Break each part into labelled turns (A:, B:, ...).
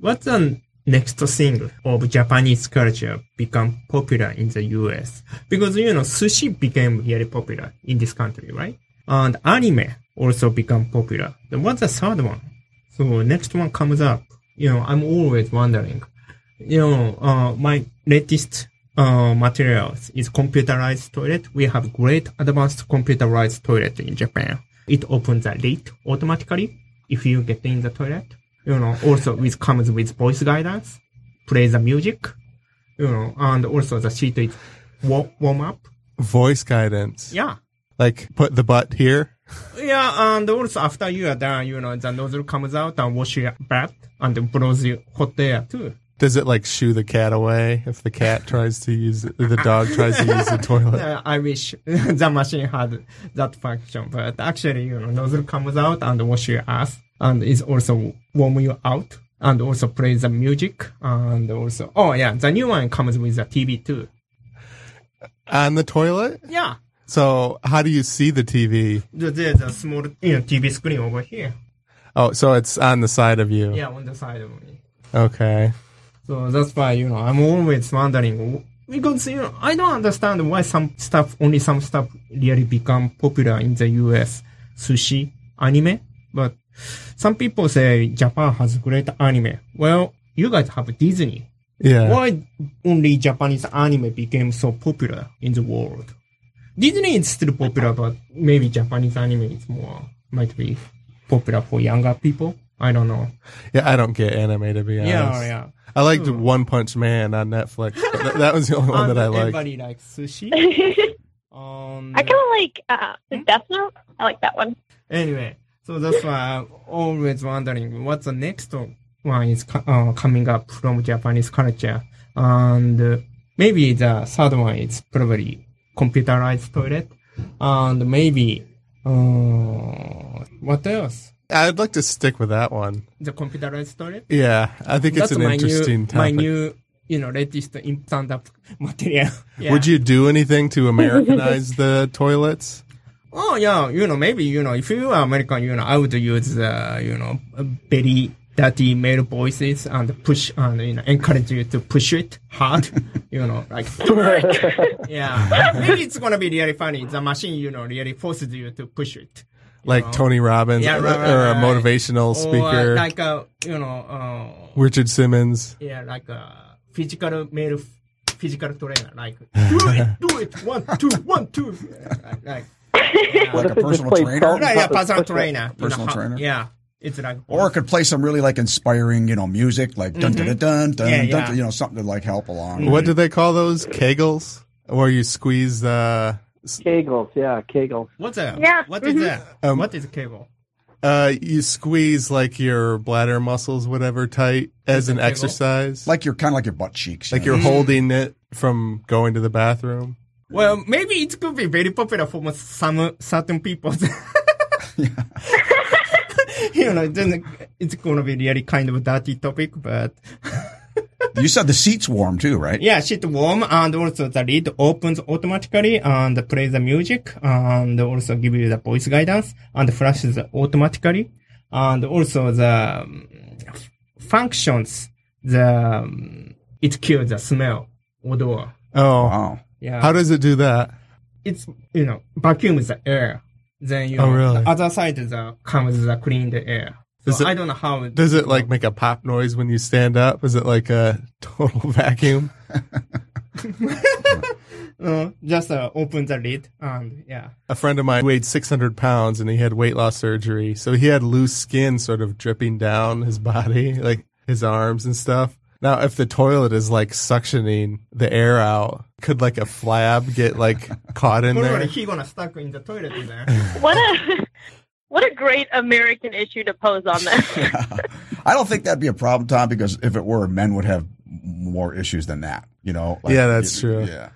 A: What's the next thing of Japanese culture become popular in the US? Because, you know, sushi became really popular in this country, right? And anime also become popular. Then what's the third one? So next one comes up. You know, I'm always wondering, you know, uh, my latest uh, materials is computerized toilet. We have great advanced computerized toilet in Japan. It opens the lid automatically if you get in the toilet. You know, also it comes with voice guidance, play the music, you know, and also the seat is wa- warm up.
B: Voice guidance.
A: Yeah.
B: Like put the butt here.
A: Yeah, and also after you are done, you know, the nozzle comes out and wash your back and blows you hot air too.
B: Does it like shoo the cat away if the cat tries to use the dog tries to use the toilet?
A: Uh, I wish the machine had that function, but actually, you know, nozzle comes out and wash your ass and is also warm you out and also play the music and also, oh yeah, the new one comes with a TV too.
B: On the toilet?
A: Yeah.
B: So how do you see the TV?
A: There- There's a small, you know, TV screen over here.
B: Oh, so it's on the side of you.
A: Yeah, on the side of me.
B: Okay.
A: So that's why, you know, I'm always wondering, because, you know, I don't understand why some stuff, only some stuff really become popular in the US. Sushi, anime, but some people say Japan has great anime. Well, you guys have Disney.
B: Yeah.
A: Why only Japanese anime became so popular in the world? Disney is still popular, but maybe Japanese anime is more, might be popular for younger people. I don't know.
B: Yeah, I don't get anime to be honest.
A: Yeah, yeah.
B: I liked One Punch Man on Netflix. but th- that was the only one that I
A: And
B: liked.
A: Everybody likes sushi. Um,
C: I kind of like uh, Death Note. I like that one.
A: anyway, so that's why I'm always wondering what the next one is co- uh, coming up from Japanese culture, and uh, maybe the third one is probably computerized toilet, and maybe uh, what else?
B: I'd like to stick with that one.
A: The computerized toilet.
B: Yeah, I think it's
A: that's
B: an
A: my
B: interesting
A: new,
B: topic.
A: My new, you know, latest in stand-up material. Yeah.
B: Would you do anything to Americanize the toilets?
A: Oh yeah, you know maybe you know if you are American, you know I would use uh, you know very dirty male voices and push and you know encourage you to push it hard, you know like yeah. Maybe it's gonna be really funny. The machine you know really forces you to push it.
B: Like Tony Robbins
A: Uh-huh. Yeah,
B: or,
A: right, right,
B: or a
A: right.
B: motivational speaker,
A: Or like uh, you know uh,
B: Richard Simmons.
A: yeah like a physical male f- physical trainer like do it do it one two one two like, like
D: Like a
E: Just
D: personal
E: play
D: trainer?
E: salt and
A: yeah, yeah,
E: pepper.
A: personal trainer. you know,
D: Personal
A: how-
D: trainer?
A: Yeah, it's like
D: Or it could play some really like inspiring, you know, music like dun dun dun dun dun,
A: Mm-hmm. Yeah,
D: dun,
A: yeah.
D: dun you know, something to like help along.
A: Mm-hmm.
B: What do they call those? Kegels, where you squeeze the.
E: Kegels, yeah, Kegels.
A: What's that?
C: Yeah,
A: What is
C: mhm.
A: that?
B: Um,
A: what is cable?
B: Uh, you squeeze like your bladder muscles, whatever, tight as
A: a
B: an
A: kegel? Mm.
B: exercise.
D: Like you're kind of like your butt cheeks. you
B: like
D: know?
B: you're holding it from going to the bathroom.
A: Well, maybe it could be very popular for some certain people. you know, then it's gonna be really kind of a dirty topic, but
D: You said the seat's warm too, right?
A: yeah, shit warm and also the lid opens automatically and plays the music and also give you the voice guidance and flashes automatically and also the um, f- functions the um, it kills the smell odor.
B: Oh,
D: Wow.
A: Yeah.
B: how does it do that?
A: it's you know vacuum is the air. Then you
B: Oh,
A: know,
B: really?
A: the other side is the comes the cleaned air.
B: Is
A: So
B: it-
A: I don't know how. it-
B: Does it like make a pop noise when you stand up? Is it like a total vacuum?
A: uh, just uh, open the lid and yeah.
B: A friend of mine weighed 600 pounds and he had weight loss surgery. So he had loose skin sort of dripping down his body, like his arms and stuff. Now, if the toilet is like suctioning the air out, could like a flab get like caught in
A: Probably
B: there?
A: he gonna stuck in the toilet there.
C: What a what a great American issue to pose on this.
D: I don't think that'd be a problem, Tom, because if it were, men would have more issues than that. You know.
B: Yeah, that's true.
D: Yeah.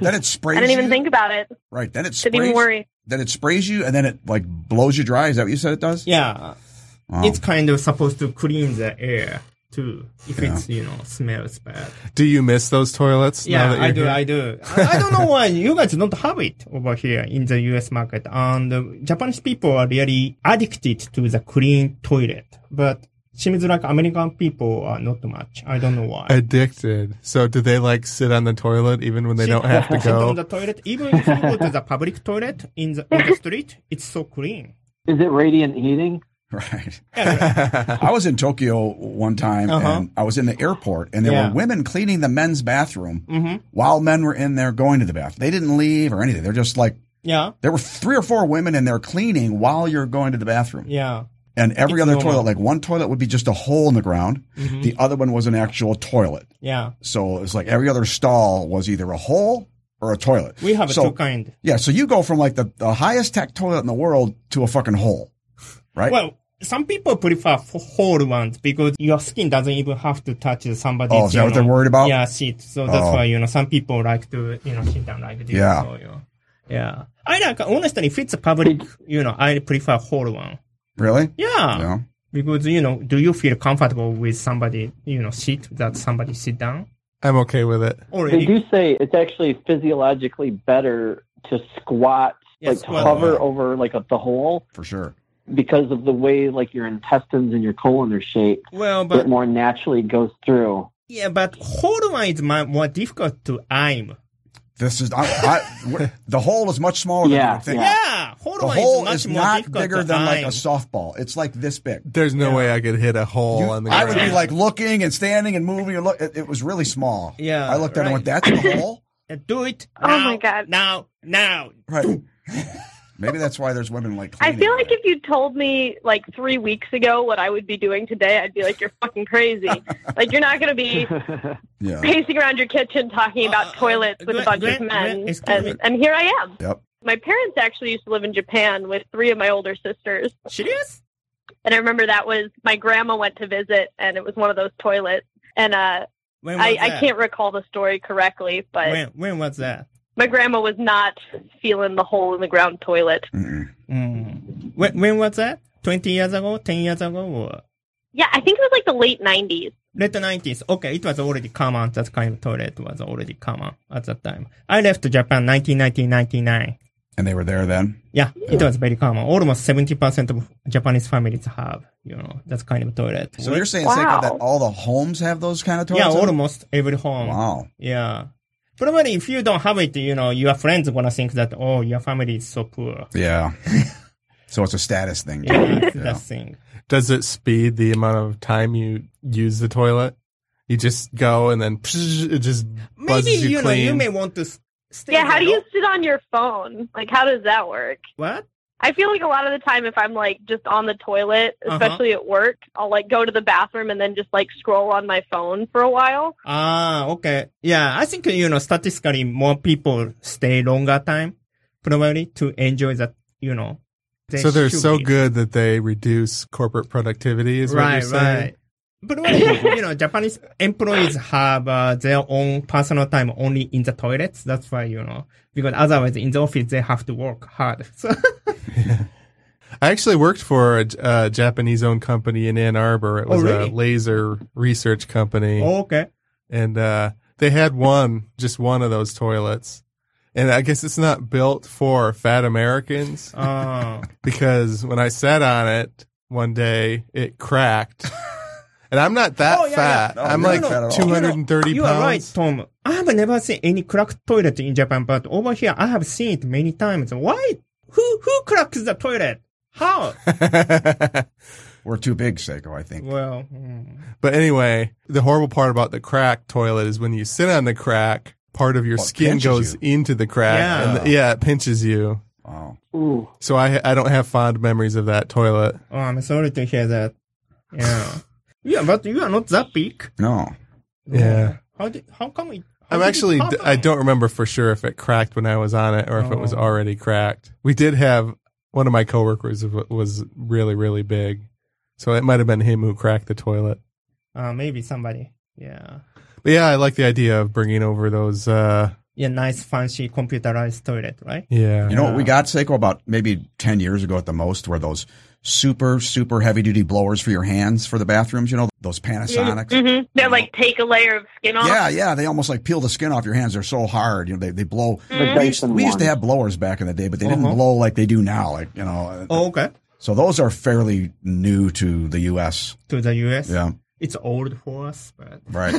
D: then it
C: I
D: sprays.
C: didn't even
D: you.
C: think about it.
D: Right. Then it sprays.
C: Didn't even worry.
D: Then it sprays you, and then it like blows you dry. Is that what you said it does?
A: yeah,
B: Um,
D: Wow.
A: it's kind of supposed to clean the air too if it's you know smells bad.
B: Do you miss those toilets? now
A: Yeah,
B: that
A: I
B: you're
A: do,
B: here?
A: I do. I I don't know why you guys don't have it over here in the U.S. market, and uh, Japanese people are really addicted to the clean toilet. But Seems like American people are not much. I don't know why.
B: Addicted. So do they like sit on the toilet even when they
A: Sit-
B: don't have to
A: sit on
B: go?
A: the toilet. Even if you go to the public toilet in the, on the street, it's so clean.
E: Is it radiant heating?
D: Right.
A: Everywhere.
D: I was in Tokyo one time
B: Uh-huh.
D: and I was in the airport and there
A: Yeah.
D: were women cleaning the men's bathroom
A: Mhm.
D: while men were in there going to the bathroom. They didn't leave or anything. They're just like,
A: Yeah,
D: there were three or four women in there cleaning while you're going to the bathroom.
A: yeah.
D: And every
A: It's
D: other
A: normal.
D: toilet, like one toilet would be just a hole in the ground.
A: Mhm.
D: The other one was an actual toilet.
A: Yeah,
D: So it's like every other stall was either a hole or a toilet.
A: we have
D: so,
A: two kind.
D: Yeah, so you go from like the, the highest tech toilet in the world to a fucking hole, right?
A: Well, some people prefer f- whole ones because your skin doesn't even have to touch somebody's.
D: Oh, is that
A: you
D: what they're
A: know,
D: worried about?
A: Yeah, shit. So that's
D: Oh.
A: why you know some people like to you know sit down like this.
D: Yeah.
A: So, you know, yeah. I like honestly, if it's a public, you know, I prefer whole one.
D: Really?
A: Yeah.
D: Yeah.
A: Because you know, do you feel comfortable with somebody you know sit that somebody sit down
B: I'm okay with it.
A: or
E: They
A: if-
E: do say it's actually physiologically better to squat,
A: Yes,
E: like to
A: well-
E: hover
D: Yeah.
E: over like a, the hole,
D: For sure.
E: because of the way like your intestines and your colon are shaped.
A: well,
E: It
A: but
E: more naturally goes through.
A: yeah, but whole one is my, more difficult to aim.
D: This is I, I, the hole is much smaller than you
E: Yeah,
D: would think.
E: yeah.
A: Yeah, whole
D: The
A: one
D: hole
A: is much
D: is
A: more
D: not
A: difficult
D: bigger
A: to
D: than like
A: aim.
D: a softball. It's like this big.
B: There's no
A: Yeah.
B: way I could hit a hole
D: You-
B: on the
D: I
B: ground.
D: would be like looking and standing and moving. And look, it, it was really small.
A: Yeah,
D: I looked at it and went,
A: right.
D: "That's the hole."
A: Uh, do it.
C: Oh
A: now,
C: my God.
A: Now, now.
D: Right. Maybe that's why there's women like.
C: I
D: Cleaning.
C: feel like if you told me like three weeks ago what I would be doing today, I'd be like, "You're fucking crazy! like you're not going to be
D: yeah.
C: pacing around your kitchen talking about
A: Uh, uh,
C: toilets with
A: Gwen-
C: a bunch
A: Gwen-
C: of men."
A: Gwen, excuse me.
C: and, and here I am.
D: Yep.
C: My parents actually used to live in Japan with three of my older sisters,
A: Serious?
C: and I remember that was my grandma went to visit, and it was one of those toilets. And uh,
A: When was
C: I, I
A: that?
C: can't recall the story correctly, but
A: When, when was that?
C: my grandma was not feeling the hole in the ground toilet.
D: Mm-mm.
A: Mm. When, when was that? 20 years ago? 10 years ago? Or
C: Yeah, I think it was like the late '90s.
A: late 90s? Okay, it was already common. That kind of toilet was already common at that time. I left Japan 1999.
D: And they were there then.
A: Yeah, it was very common. Almost 70% of Japanese families have, you know, that kind of toilet.
D: So you're saying
C: Wow.
D: Seiko, that all the homes have those kind of toilets?
A: yeah,
D: in them?
A: almost every home.
D: Wow.
A: Yeah. Probably if you don't have it, you know, your friends gonna think that, oh, your family is so poor.
D: Yeah. so it's a status thing. too.
A: Yeah, that's
D: Yeah.
A: that thing.
B: Does it speed the amount of time you use the toilet? You just go and then it just buzzes
A: Maybe
B: you,
A: you, know
B: clean.
A: you may want to s- stay.
C: Yeah, how do
A: there,
C: you
A: no?
C: sit on your phone? Like, how does that work?
A: What?
C: I feel like a lot of the time, if I'm like just on the toilet,
A: Uh-huh.
C: especially at work, I'll like go to the bathroom and then just like scroll on my phone for a while.
A: Ah, okay. Yeah, I think you know statistically more people stay longer time probably to enjoy that. You know. they
B: so they're
A: should
B: so
A: be.
B: good that they reduce corporate productivity. Is what
A: Right,
B: you're saying?
A: right. But what if, you know, Japanese employees have uh, their own personal time only in the toilets. That's why you know because otherwise in the office they have to work hard. So
B: I actually worked for a, a Japanese-owned company in Ann Arbor. It
A: Oh,
B: was
A: really? Oh.
B: a laser research company,
A: okay.
B: and uh, they had one, just one of those toilets. And I guess it's not built for fat Americans
A: Uh,
B: because when I sat on it one day, it cracked. And I'm not that
A: Oh, yeah, yeah.
B: fat.
D: No,
B: I'm
D: you're
B: like
D: not fat at all.
B: 230
A: you are right,
B: pounds.
A: Tom. I have never seen any cracked toilet in Japan, but over here I have seen it many times. Why? Who who cracks the toilet? How?
D: We're too big, Seiko, I think.
A: well, hmm.
B: But anyway, the horrible part about the crack toilet is when you sit on the crack, part of your
D: Well, it
B: skin
D: pinches
B: goes
D: you.
B: into the crack.
A: Yeah.
B: And the- yeah, it pinches you.
D: Wow.
E: Ooh.
B: So I I don't have fond memories of that toilet.
A: oh, I'm sorry to hear that. Yeah, yeah, but you are not that big. Oh,
D: No.
B: Yeah.
A: How did, how come it? how
B: I'm
A: did it
B: actually
A: happen?
B: I don't remember for sure if it cracked when I was on it or if it was
A: Oh.
B: already cracked. We did have one of my coworkers w- was really really big. So it might have been him who cracked the toilet.
A: Uh, maybe somebody. Yeah.
B: But yeah, I like the idea of bringing over those uh
A: Yeah, nice fancy computerized toilet, right?
B: yeah.
D: You know what we got, Seiko, about maybe 10 years ago at the most, were those super, super heavy duty blowers for your hands for the bathrooms, you know, those Panasonics.
A: Mm-hmm.
C: hmm They're like take a layer of skin off.
D: Yeah, yeah. They almost like peel the skin off your hands. They're so hard. You know, they, they blow.
E: The
C: Mhm.
D: We used,
E: Dyson
D: we used to
E: one.
D: have blowers back in the day, but they didn't
A: Uh-huh.
D: blow like they do now. Like, you know,
A: Oh, okay.
D: So those are fairly new to the U.S.
A: to the US.
D: Yeah,
A: It's old for us, but
D: right.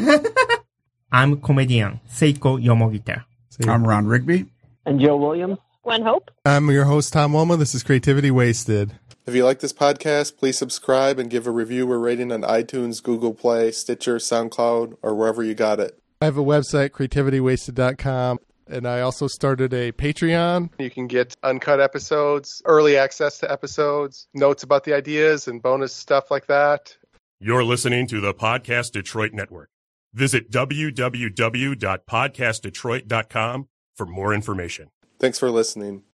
A: I'm comedian Seiko Yomogita.
B: See?
D: I'm Ron Rigby.
E: And Joe Williams.
C: Gwen Hope.
B: I'm your host, Tom Woma. This is Creativity Wasted. If you like this podcast, please subscribe and give a review or rating on iTunes, Google Play, Stitcher, SoundCloud, or wherever you got it. I have a website, creativitywasted.com, and I also started a Patreon. You can get uncut episodes, early access to episodes, notes about the ideas, and bonus stuff like that.
F: You're listening to the Podcast Detroit Network. Visit www.podcastdetroit.com for more information.
B: Thanks for listening.